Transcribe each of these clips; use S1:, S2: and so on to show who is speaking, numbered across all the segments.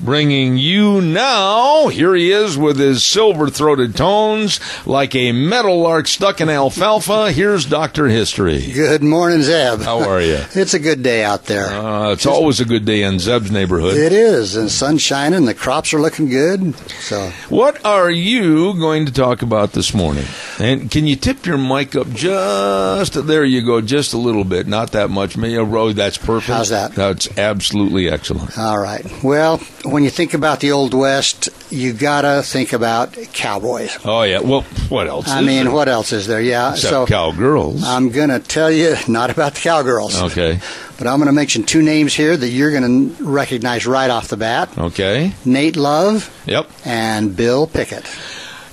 S1: Bringing you now, here he is with his silver throated tones, like a meadow lark stuck in alfalfa. Here's Dr. History.
S2: Good morning, Zeb.
S1: How are you?
S2: It's a good day out there.
S1: Uh, it's always a good day in Zeb's neighborhood.
S2: It is, and sun's shining, the crops are looking good. So,
S1: What are you going to talk about this morning? And can you tip your mic up just there? You go just a little bit, not that much. Maybe a road that's perfect.
S2: How's that?
S1: That's absolutely excellent.
S2: all right. Well, when you think about the Old West, you gotta think about cowboys.
S1: Oh yeah. Well, what else?
S2: I
S1: is
S2: mean,
S1: there?
S2: what else is there? Yeah.
S1: Except
S2: so, um,
S1: cowgirls.
S2: I'm gonna tell you not about the cowgirls.
S1: Okay.
S2: But I'm gonna mention two names here that you're gonna recognize right off the bat:
S1: okay.
S2: Nate Love
S1: Yep.
S2: and Bill Pickett.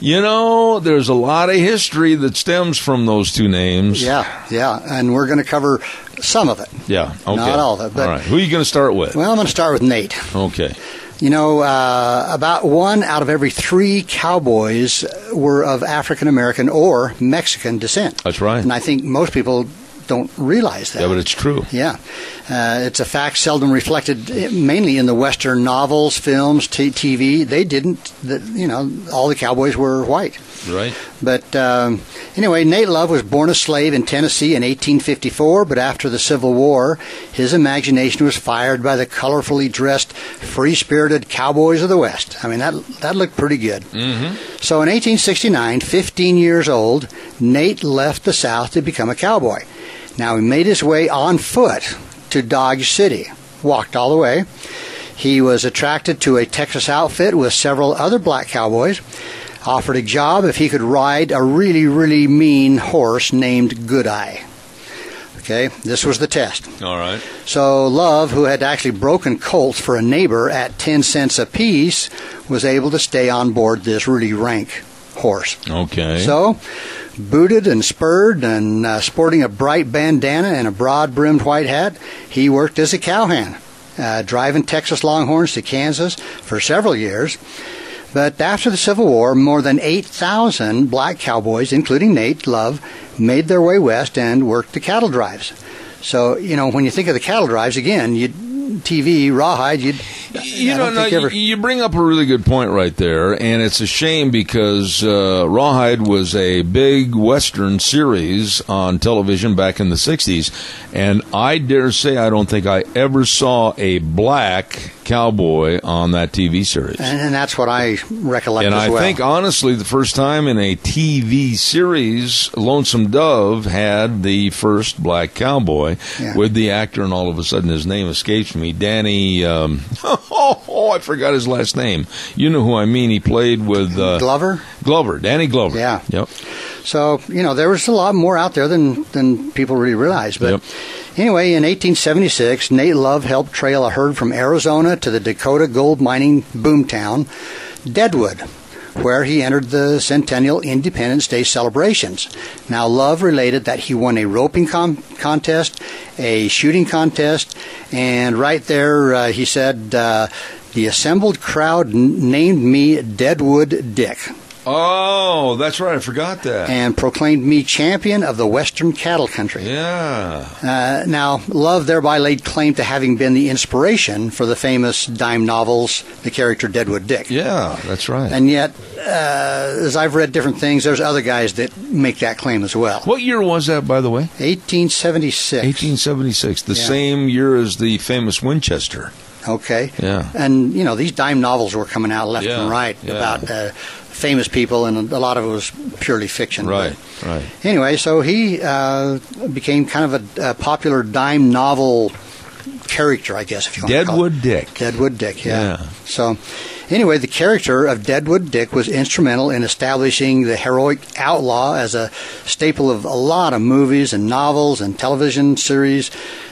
S1: You know, there's a lot of history that stems from those two names.
S2: Yeah, yeah, and we're gonna cover some of it.
S1: Yeah. Okay.
S2: Not all of it, but-
S1: all right. Who are you going to start with?
S2: Well, I'm gonna start with Nate.
S1: okay.
S2: You know, uh, about one out of every three cowboys were of African American or Mexican descent.
S1: That's right.
S2: And I think most people don't realize that.
S1: Yeah, but it's true.
S2: Yeah. Uh, it's a fact seldom reflected eh, mainly in the Western novels, films, t- TV. They didn't, the, you know, all the cowboys were white.
S1: Right.
S2: But um, anyway, Nate Love was born a slave in Tennessee in 1854, but after the Civil War, his imagination was fired by the colorfully dressed, free spirited cowboys of the West. I mean, that, that looked pretty good. Mm-hmm. So in 1869, 15 years old, Nate left the South to become a cowboy. Now, he made his way on foot to Dodge City, walked all the way. He was attracted to a Texas outfit with several other black cowboys, offered a job if he could ride a really, really mean horse named Goodeye. Okay, this was the test.
S1: All right.
S2: So Love, who had actually broken colts for a neighbor at 10 cents apiece, was able to stay on board this really rank horse.
S1: Okay.
S2: So, booted and spurred and uh, sporting a bright bandana and a broad brimmed white hat, he worked as a cowhand, uh, driving Texas Longhorns to Kansas for several years. But after the Civil War, more than 8,000 black cowboys, including Nate Love, made their way west and worked the cattle drives. So, you know, when you think of the cattle drives, again, you TV, rawhide, you'd,
S1: you
S2: I
S1: know,
S2: don't
S1: no,
S2: think you ever-
S1: you- you bring up a really good point right there, and it's a shame because uh, Rawhide was a big Western series on television back in the '60s, and I dare say I don't think I ever saw a black cowboy on that TV series.
S2: and, and that's what I recollect
S1: And
S2: as
S1: I
S2: well.
S1: think honestly, the first time in a TV series, Lonesome Dove had the first black cowboy
S2: Yeah.
S1: with the actor, and all of a sudden his name escapes me. Danny, um, oh, I forgot his last name. You know who I mean? He played with uh,
S2: Glover?
S1: Glover, Danny Glover.
S2: Yeah.
S1: Yep.
S2: So you know there was a lot more out there than than people really realize. But
S1: Yep.
S2: anyway, in 1876, Nate Love helped trail a herd from Arizona to the Dakota gold mining boomtown, Deadwood. Where he entered the Centennial Independence Day celebrations. Now, Love related that he won a roping com- contest, a shooting contest, and right there uh, he said, uh, The assembled crowd n- named me Deadwood Dick
S1: Oh, that's right. I forgot that.
S2: and proclaimed me champion of the Western cattle country.
S1: yeah.
S2: Uh, now, Love thereby laid claim to having been the inspiration for the famous dime novels, the character Deadwood Dick.
S1: Yeah. That's right.
S2: And yet, uh, as I've read different things, there's other guys that make that claim as well.
S1: what year was that, by the way?
S2: 1876.
S1: 1876, the
S2: Yeah.
S1: same year as the famous Winchester.
S2: Okay.
S1: Yeah.
S2: And you know these dime novels were coming out left
S1: Yeah,
S2: and right
S1: yeah.
S2: about uh, famous people, and a lot of it was purely fiction.
S1: Right,
S2: But
S1: right.
S2: Anyway, so he uh, became kind of a, a popular dime novel character, I guess, if you want to call it.
S1: Deadwood Dick.
S2: Deadwood Dick, yeah.
S1: Yeah.
S2: So, Anyway, the character of Deadwood Dick was instrumental in establishing the heroic outlaw as a staple of a lot of movies and novels and television series.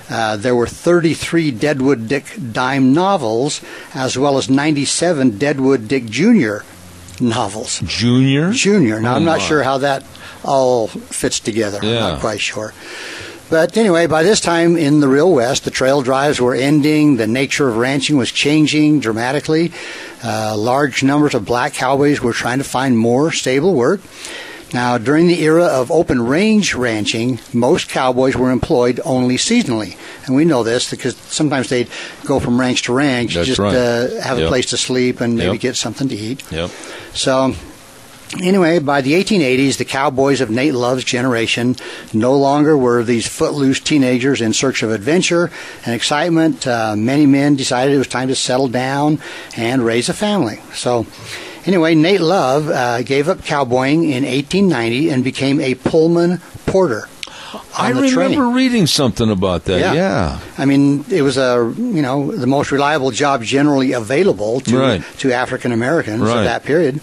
S2: Uh, there were 33 Deadwood Dick dime novels, as well as 97 Deadwood Dick Jr. novels.
S1: Junior?
S2: Junior. Now, I'm
S1: Oh,
S2: not
S1: my.
S2: sure how that all fits together. I'm
S1: Yeah.
S2: not quite sure. But anyway, by this time in the real West, the trail drives were ending. The nature of ranching was changing dramatically. Uh, large numbers of black cowboys were trying to find more stable work. Now, during the era of open range ranching, most cowboys were employed only seasonally. And we know this because sometimes they'd go from ranch to ranch,
S1: That's
S2: just
S1: right.
S2: uh, have a
S1: Yep.
S2: place to sleep and maybe
S1: Yep.
S2: get something to eat.
S1: Yep.
S2: So, anyway, by the 1880s, the cowboys of Nate Love's generation no longer were these footloose teenagers in search of adventure and excitement. Uh, many men decided it was time to settle down and raise a family. So, anyway, Nate Love uh, gave up cowboying in 1890 and became a Pullman porter. on
S1: I
S2: the
S1: remember
S2: train.
S1: reading something about that. Yeah.
S2: I mean, it was a you know the most reliable job generally available to
S1: Right.
S2: to African Americans
S1: Right.
S2: at that period.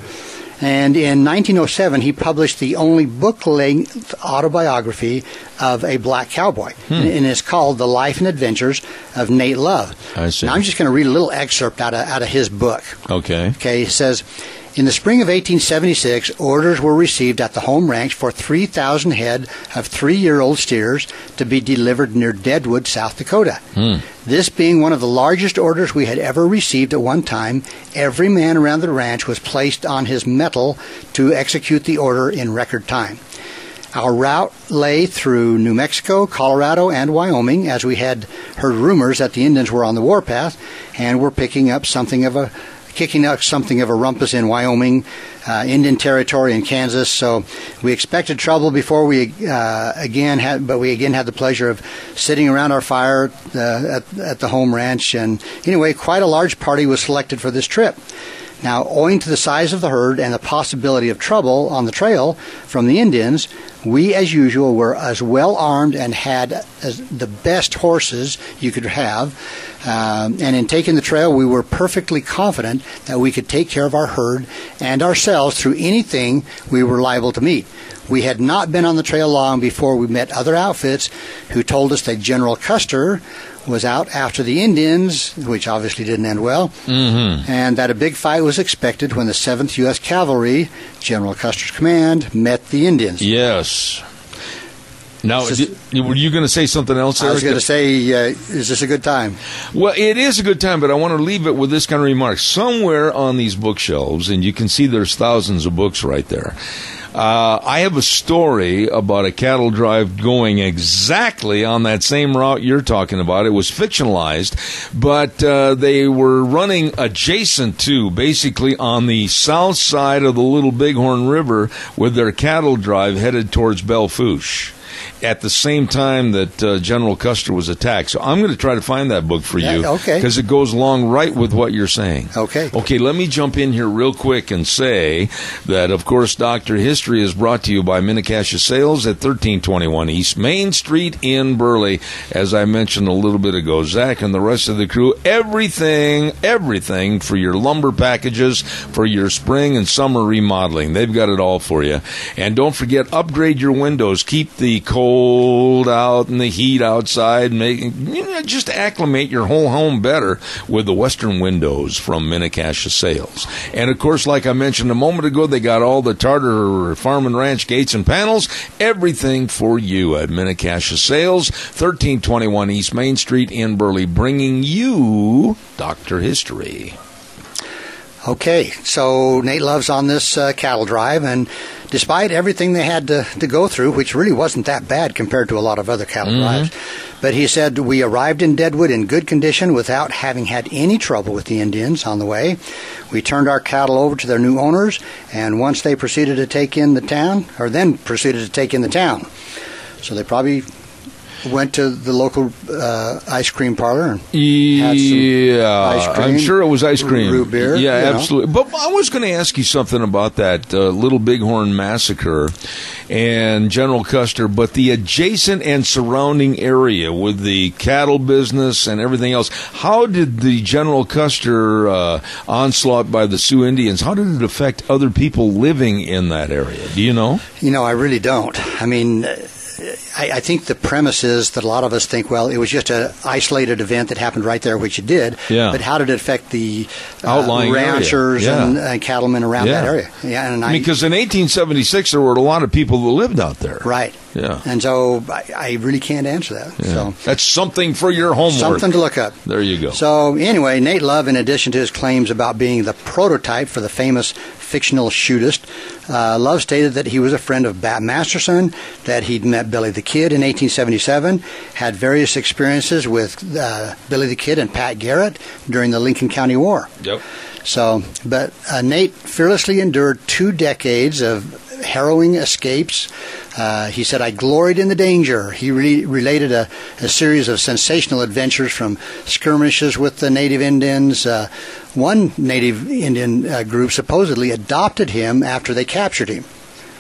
S2: And in 1907, he published the only book-length autobiography of a black cowboy,
S1: Hmm.
S2: and, and it's called "The Life and Adventures of Nate Love."
S1: I see.
S2: Now, I'm just going to read a little excerpt out of out of his book.
S1: Okay.
S2: Okay, he says, in the spring of 1876, orders were received at the home ranch for 3,000 head of three-year-old steers to be delivered near Deadwood, South Dakota. This being one of the largest orders we had ever received at one time, every man around the ranch was placed on his metal to execute the order in record time. Our route lay through New Mexico, Colorado, and Wyoming, as we had heard rumors that the Indians were on the warpath and were picking up something of a kicking up something of a rumpus in Wyoming, uh, Indian Territory, and Kansas. So we expected trouble before we uh, again had, but we again had the pleasure of sitting around our fire uh, at, at the home ranch. And anyway, quite a large party was selected for this trip. Now, owing to the size of the herd and the possibility of trouble on the trail from the Indians, we, as usual, were as well armed and had as the best horses you could have. Um, and in taking the trail, we were perfectly confident that we could take care of our herd and ourselves through anything we were liable to meet. We had not been on the trail long before we met other outfits who told us that General Custer was out after the Indians, which obviously didn't end well, and that a big fight was expected when the 7th U.S. Cavalry, General Custer's command, met the Indians.
S1: Yes. Now,
S2: This is-
S1: di- were you going to say something else?
S2: I was
S1: Eric?
S2: going to say, uh, is this a good time?
S1: Well, it is a good time, but I want to leave it with this kind of remark. Somewhere on these bookshelves, and you can see there's thousands of books right there. Uh, I have a story about a cattle drive going exactly on that same route you're talking about. It was fictionalized, but uh, they were running adjacent to, basically on the south side of the Little Bighorn River, with their cattle drive headed towards Belfouche at the same time that uh, General Custer was attacked. So I'm going to try to find that book for you.
S2: Yeah, okay.
S1: Because it goes along right with what you're saying.
S2: Okay.
S1: Okay, let me jump in here real quick and say that, of course, Dr. History is brought to you by Minnecasha Sales at 1321 East Main Street in Burley. As I mentioned a little bit ago, Zach and the rest of the crew, everything, everything for your lumber packages, for your spring and summer remodeling. They've got it all for you. And don't forget, upgrade your windows. Keep the cold out and the heat outside. Make, you know, just acclimate your whole home better with the Western windows from Minnecasha Sales. And of course, like I mentioned a moment ago, they got all the Tartar Farm and Ranch gates and panels, everything for you at Minnecasha Sales, 1321 East Main Street in Burley, bringing you Dr. History.
S2: Okay, so Nate Love's on this uh, cattle drive, and despite everything they had to, to go through, which really wasn't that bad compared to a lot of other cattle drives, but he said, We arrived in Deadwood in good condition without having had any trouble with the Indians on the way. We turned our cattle over to their new owners, and once they proceeded to take in the town, or then proceeded to take in the town. So they probably went to the local uh, ice cream parlor. And had some
S1: Yeah,
S2: ice cream,
S1: Uh, I'm sure it was ice cream.
S2: root beer,
S1: Yeah,
S2: you know.
S1: absolutely. But I was going to ask you something about that uh, Little Bighorn massacre and General Custer, but the adjacent and surrounding area with the cattle business and everything else. How did the General Custer uh, onslaught by the Sioux Indians? How did it affect other people living in that area? Do you know?
S2: You know, I really don't. I mean, uh, I, I think the premise is that a lot of us think, well, it was just an isolated event that happened right there, which it did.
S1: Yeah.
S2: But how did it affect the uh,
S1: Outlying area.
S2: ranchers
S1: Yeah.
S2: and, and cattlemen around that
S1: Yeah.
S2: area? Yeah, and I,
S1: because in 1876 there were a lot of people that lived out there.
S2: right.
S1: Yeah.
S2: And so I, I really can't answer that. So.
S1: That's something for your homework.
S2: Something to look up.
S1: There you go.
S2: So, anyway, Nate Love, in addition to his claims about being the prototype for the famous fictional shootist, uh, Love stated that he was a friend of Bat Masterson, that he'd met Billy the Kid in 1877, had various experiences with uh, Billy the Kid and Pat Garrett during the Lincoln County War.
S1: Yep.
S2: So, but uh, Nate fearlessly endured two decades of harrowing escapes. Uh, he said, I gloried in the danger. He re- related a, a series of sensational adventures from skirmishes with the native Indians. Uh, one native Indian uh, group supposedly adopted him after they captured him.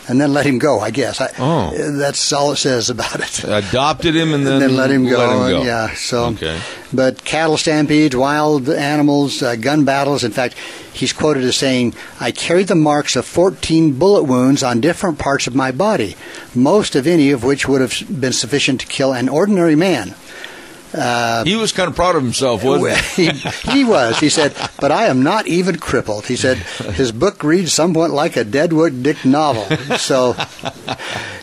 S2: And then let him go, I guess. I,
S1: Oh. Uh,
S2: That's all it says about it
S1: adopted him and then,
S2: and then let him go.
S1: let him go.
S2: Yeah. So,
S1: okay.
S2: but cattle stampedes, wild animals, uh, gun battles. In fact, he's quoted as saying, "I carried the marks of 14 bullet wounds on different parts of my body, most of any of which would have been sufficient to kill an ordinary man." uh,
S1: he was kind of proud of himself, wasn't he?
S2: he, he was. He said, "But I am not even crippled." He said his book reads somewhat like a Deadwood Dick novel. So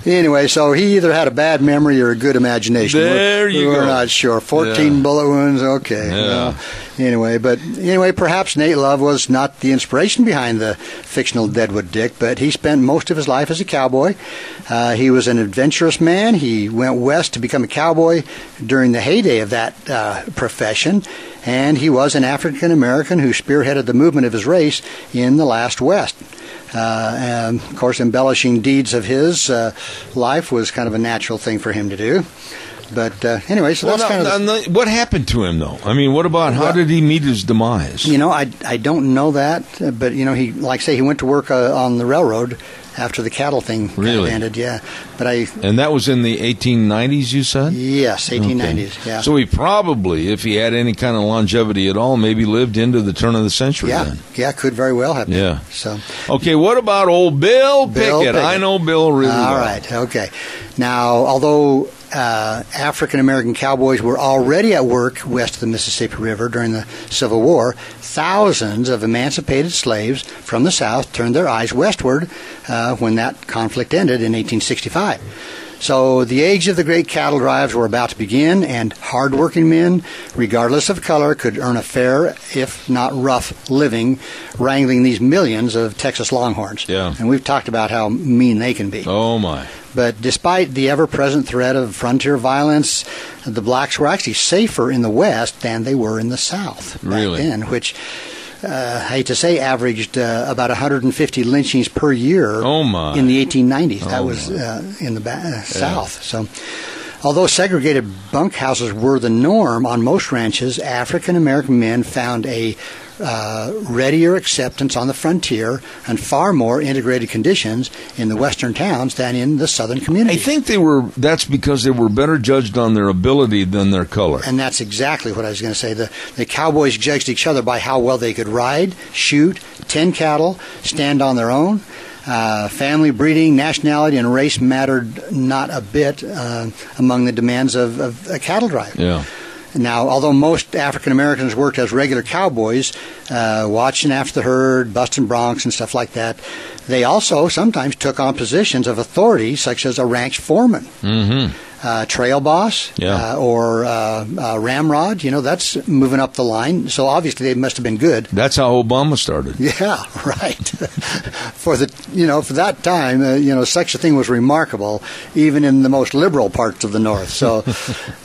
S2: anyway, so he either had a bad memory or a good imagination.
S1: There
S2: we're,
S1: you
S2: we're
S1: go.
S2: not sure. Fourteen
S1: Yeah.
S2: bullet wounds. Okay.
S1: Yeah.
S2: well, anyway, but anyway, perhaps Nate Love was not the inspiration behind the fictional Deadwood Dick, but he spent most of his life as a cowboy. Uh, he was an adventurous man. He went west to become a cowboy during the heyday of that uh, profession, and he was an African American who spearheaded the movement of his race in the last West. Uh, and of course, embellishing deeds of his uh, life was kind of a natural thing for him to do. But uh, anyway, so
S1: Well,
S2: that's
S1: no,
S2: kind of the-
S1: no, no, what happened to him, though? I mean, what about how did he meet his demise?
S2: You know, I, I don't know that, but you know, he like I say he went to work uh, on the railroad after the cattle thing kind of
S1: Really?
S2: ended. Yeah, but I
S1: and that was in the 1890s, you said?
S2: yes, eighteen nineties.
S1: Okay.
S2: Yeah.
S1: So he probably, if he had any kind of longevity at all, maybe lived into the turn of the century
S2: yeah,
S1: then.
S2: yeah, could very well have. been.
S1: Yeah.
S2: So
S1: Okay, what about old Bill,
S2: Bill
S1: Pickett? I know Bill really
S2: All
S1: well.
S2: right, okay. Now, although uh, African American cowboys were already at work west of the Mississippi River during the Civil War, thousands of emancipated slaves from the South turned their eyes westward uh, when that conflict ended in 1865. So, the age of the great cattle drives were about to begin, and hardworking men, regardless of color, could earn a fair, if not rough, living wrangling these millions of Texas longhorns.
S1: Yeah.
S2: And we've talked about how mean they can be.
S1: Oh, my.
S2: But despite the ever present threat of frontier violence, the blacks were actually safer in the West than they were in the South. back
S1: Really?
S2: then, which. Uh, I hate to say, averaged uh, about 150 lynchings per year
S1: Oh, my.
S2: in the 1890s. that
S1: Oh,
S2: was
S1: my.
S2: uh, in the ba- uh, South. So, although segregated bunkhouses were the norm on most ranches, African American men found a uh, readier acceptance on the frontier and far more integrated conditions in the western towns than in the southern
S1: I
S2: community.
S1: think they were, that's because they were better judged on their ability than their color.
S2: and that's exactly what I was going to say. The, the cowboys judged each other by how well they could ride, shoot, tend cattle, stand on their own. Uh, family, breeding, nationality, and race mattered not a bit uh, among the demands of, of a cattle drive.
S1: yeah.
S2: Now, although most African Americans worked as regular cowboys, uh, watching after the herd, busting broncs, and stuff like that, they also sometimes took on positions of authority, such as a ranch foreman, uh, trail boss,
S1: Yeah.
S2: uh, or uh, uh, ramrod. You know, that's moving up the line. So obviously, they must have been good.
S1: That's how Obama started.
S2: Yeah, right. for the you know for that time, uh, you know such a thing was remarkable, even in the most liberal parts of the North. So,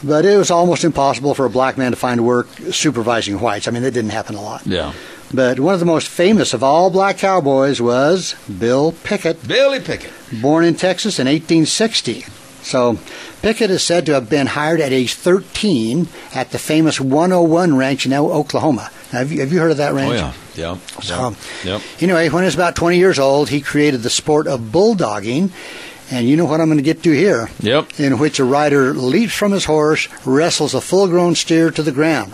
S2: but it was almost impossible for a black man to find work supervising whites. I mean, that didn't happen a lot.
S1: Yeah.
S2: But one of the most famous of all black cowboys was Bill Pickett,
S1: Billy Pickett.
S2: born in Texas in 1860. So, Pickett is said to have been hired at age 13 at the famous 101 Ranch in O- Oklahoma. Now, have, you, have you heard of that ranch?
S1: Oh yeah, yeah.
S2: So,
S1: Yep.
S2: anyway, when he was about 20 years old, he created the sport of bulldogging. And you know what I'm going to get to here?
S1: Yep.
S2: In which a rider leaps from his horse, wrestles a full grown steer to the ground.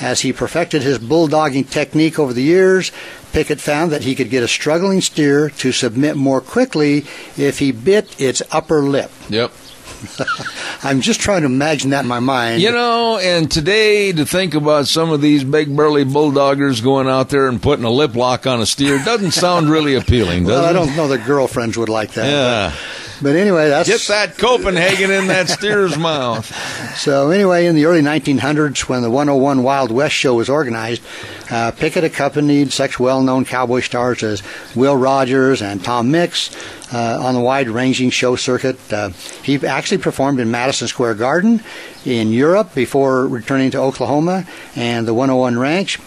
S2: As he perfected his bulldogging technique over the years, Pickett found that he could get a struggling steer to submit more quickly if he bit its upper lip.
S1: Yep.
S2: I'm just trying to imagine that in my mind.
S1: You know, and today to think about some of these big burly bulldoggers going out there and putting a lip lock on a steer doesn't sound really appealing, does
S2: well,
S1: it?
S2: I don't know that girlfriends would like that.
S1: Yeah.
S2: But, but anyway, that's
S1: Get that Copenhagen in that steer's mouth.
S2: So anyway, in the early 1900s, when the 101 Wild West show was organized, uh, Pickett accompanied such well-known cowboy stars as Will Rogers and Tom Mix uh, on the wide-ranging show circuit. Uh, he actually performed in Madison Square Garden in Europe before returning to Oklahoma and the 101 Ranch.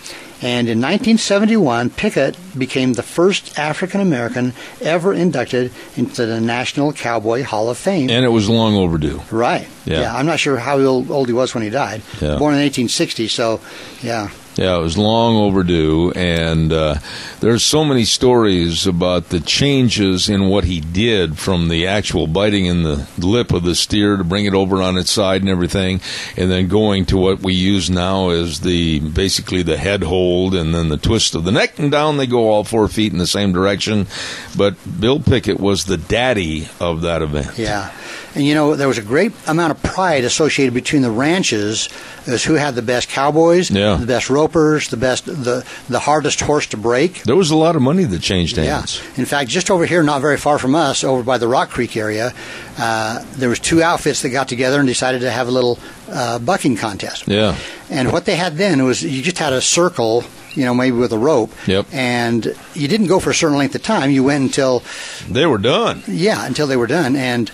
S2: And in 1971, Pickett became the first African American ever inducted into the National Cowboy Hall of Fame.
S1: And it was long overdue.
S2: Right.
S1: Yeah.
S2: I'm not sure how old, old he was when he died.
S1: Yeah.
S2: Born in 1860, so yeah.
S1: Yeah, it was long overdue, and uh, there's so many stories about the changes in what he did from the actual biting in the lip of the steer to bring it over on its side and everything, and then going to what we use now as the basically the head hold and then the twist of the neck and down they go all four feet in the same direction. But Bill Pickett was the daddy of that event.
S2: Yeah. And you know, there was a great amount of pride associated between the ranches as who had the best cowboys,
S1: Yeah.
S2: the best ropers, the best the the hardest horse to break.
S1: There was a lot of money that changed hands.
S2: Yeah. In fact, just over here, not very far from us, over by the Rock Creek area, uh, there was two outfits that got together and decided to have a little uh, bucking contest.
S1: Yeah.
S2: And what they had then was you just had a circle, you know, maybe with a rope.
S1: Yep.
S2: And you didn't go for a certain length of time. You went until
S1: They were done.
S2: yeah, until they were done. And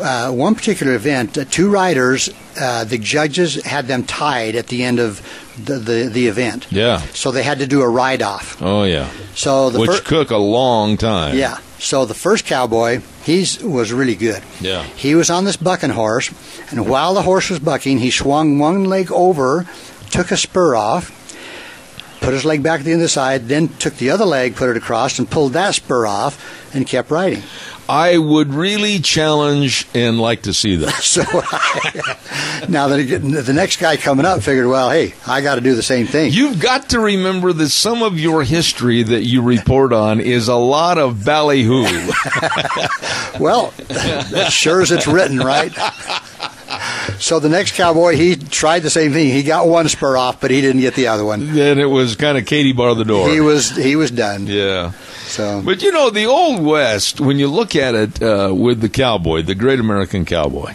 S2: uh, one particular event, uh, two riders, uh, the judges had them tied at the end of the the, the event.
S1: Yeah.
S2: So they had to do a ride off.
S1: Oh yeah.
S2: So the
S1: Which
S2: fir-
S1: took a long time.
S2: yeah. So the first cowboy, he's was really good.
S1: Yeah.
S2: He was on this bucking horse, and while the horse was bucking, he swung one leg over, took a spur off, put his leg back to the other side, then took the other leg, put it across, and pulled that spur off, and kept riding.
S1: I would really challenge and like to see that.
S2: So I, now that it- the next guy coming up figured, well, hey, I got to do the same thing.
S1: You've got to remember that some of your history that you report on is a lot of ballyhoo.
S2: Well, sure as it's written, right? So the next cowboy, he tried the same thing. He got one spur off, but he didn't get the other one.
S1: then it was kind of Katie bar the door.
S2: He was he was done.
S1: yeah.
S2: So
S1: But you know, the Old West, when you look at it uh, with the cowboy, the great American cowboy,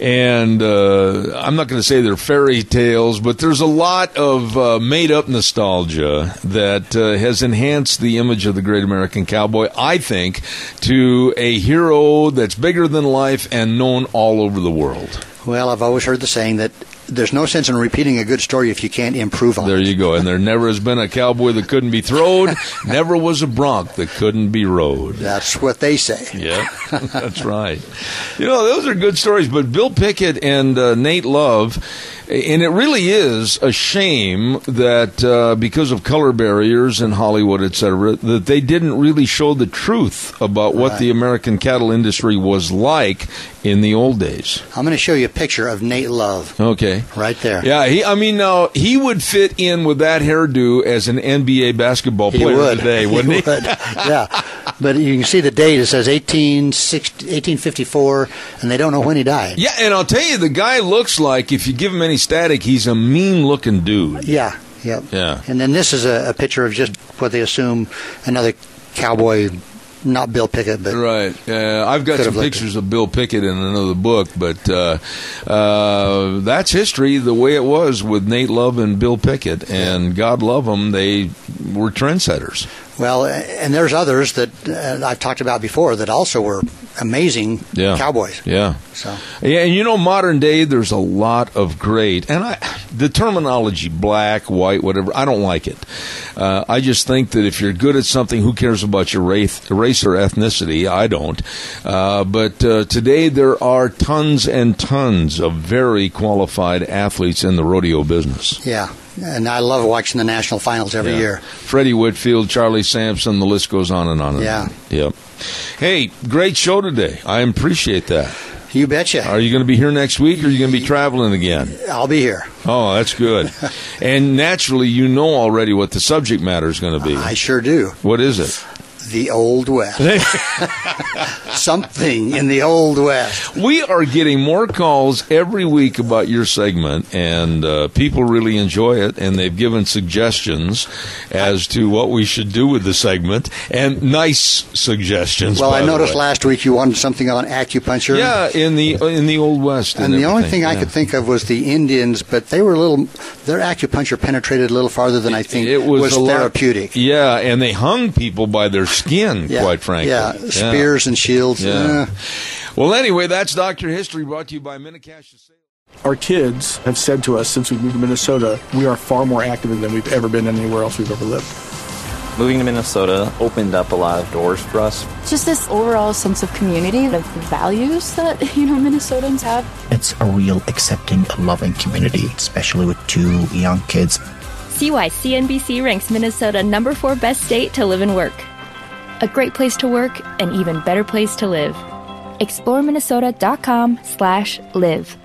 S1: and uh, I'm not going to say they're fairy tales, but there's a lot of uh, made up nostalgia that uh, has enhanced the image of the great American cowboy, I think, to a hero that's bigger than life and known all over the world.
S2: well, I've always heard the saying that there's no sense in repeating a good story if you can't improve on
S1: There
S2: it.
S1: you go. And there never has been a cowboy that couldn't be throwed, never was a bronc that couldn't be rode.
S2: That's what they say.
S1: Yeah, that's right. You know, those are good stories, but Bill Pickett and uh, Nate Love, and it really is a shame that uh, because of color barriers in Hollywood, et cetera, that they didn't really show the truth about what the American cattle industry was like in the old days.
S2: I'm going to show you a picture of Nate Love
S1: Okay.
S2: right there.
S1: Yeah, he, I mean, now he would fit in with that hairdo as an NBA basketball
S2: He
S1: player
S2: would.
S1: today, wouldn't he?
S2: would. yeah. But you can see the date. It says 1860 1854, and they don't know when he died.
S1: Yeah, and I'll tell you, the guy looks like if you give him any static, he's a mean-looking dude.
S2: Yeah. Yep.
S1: Yeah.
S2: And then this is a, a picture of just what they assume another cowboy, not Bill Pickett, but
S1: Right. Uh, I've got
S2: Could
S1: some
S2: have looked
S1: pictures of Bill Pickett in another book, but uh, uh, that's history the way it was with Nate Love and Bill Pickett. And God love them, they were trendsetters.
S2: well, and there's others that uh, I've talked about before that also were amazing
S1: Yeah.
S2: cowboys.
S1: Yeah.
S2: So.
S1: Yeah, and you know, modern day, there's a lot of great, and I, the terminology black, white, whatever, I don't like it. Uh, I just think that if you're good at something, who cares about your race, race or ethnicity? I don't. Uh, but uh, today, there are tons and tons of very qualified athletes in the rodeo business.
S2: Yeah, and I love watching the national finals every
S1: Yeah.
S2: year.
S1: Freddie Whitfield, Charlie Sampson, the list goes on and on. And
S2: Yeah.
S1: On. Yep. Hey, great show today. I appreciate that.
S2: You betcha.
S1: Are you going to be here next week or are you going to be traveling again?
S2: I'll be here.
S1: Oh, that's good. and naturally, you know already what the subject matter is going to be.
S2: I sure do.
S1: What is it?
S2: The Old West. Something in the Old West.
S1: We are getting more calls every week about your segment, and uh, people really enjoy it, and they've given suggestions as to what we should do with the segment, and nice suggestions.
S2: Well,
S1: by
S2: I
S1: the
S2: noticed
S1: way.
S2: last week you wanted something on acupuncture.
S1: Yeah, in the in the old west.
S2: And the only thing I
S1: yeah.
S2: could think of was the Indians, but they were a little, their acupuncture penetrated a little farther than I think
S1: it was, a lot-
S2: therapeutic.
S1: yeah, and they hung people by their skin.
S2: Yeah,
S1: quite frankly,
S2: Yeah, spears and shields.
S1: Yeah.
S2: eh.
S1: Well, anyway, that's Doctor History brought to you by Minicash.
S3: Our kids have said to us since we moved to Minnesota, we are far more active than we've ever been anywhere else we've ever lived.
S4: Moving to Minnesota opened up a lot of doors for us.
S5: Just this overall sense of community, of the values that, you know, Minnesotans have.
S6: It's a real accepting, loving community, especially with two young kids.
S7: See why CNBC ranks Minnesota number four best state to live and work. A great place to work, an even better place to live. ExploreMinnesota.com slash live.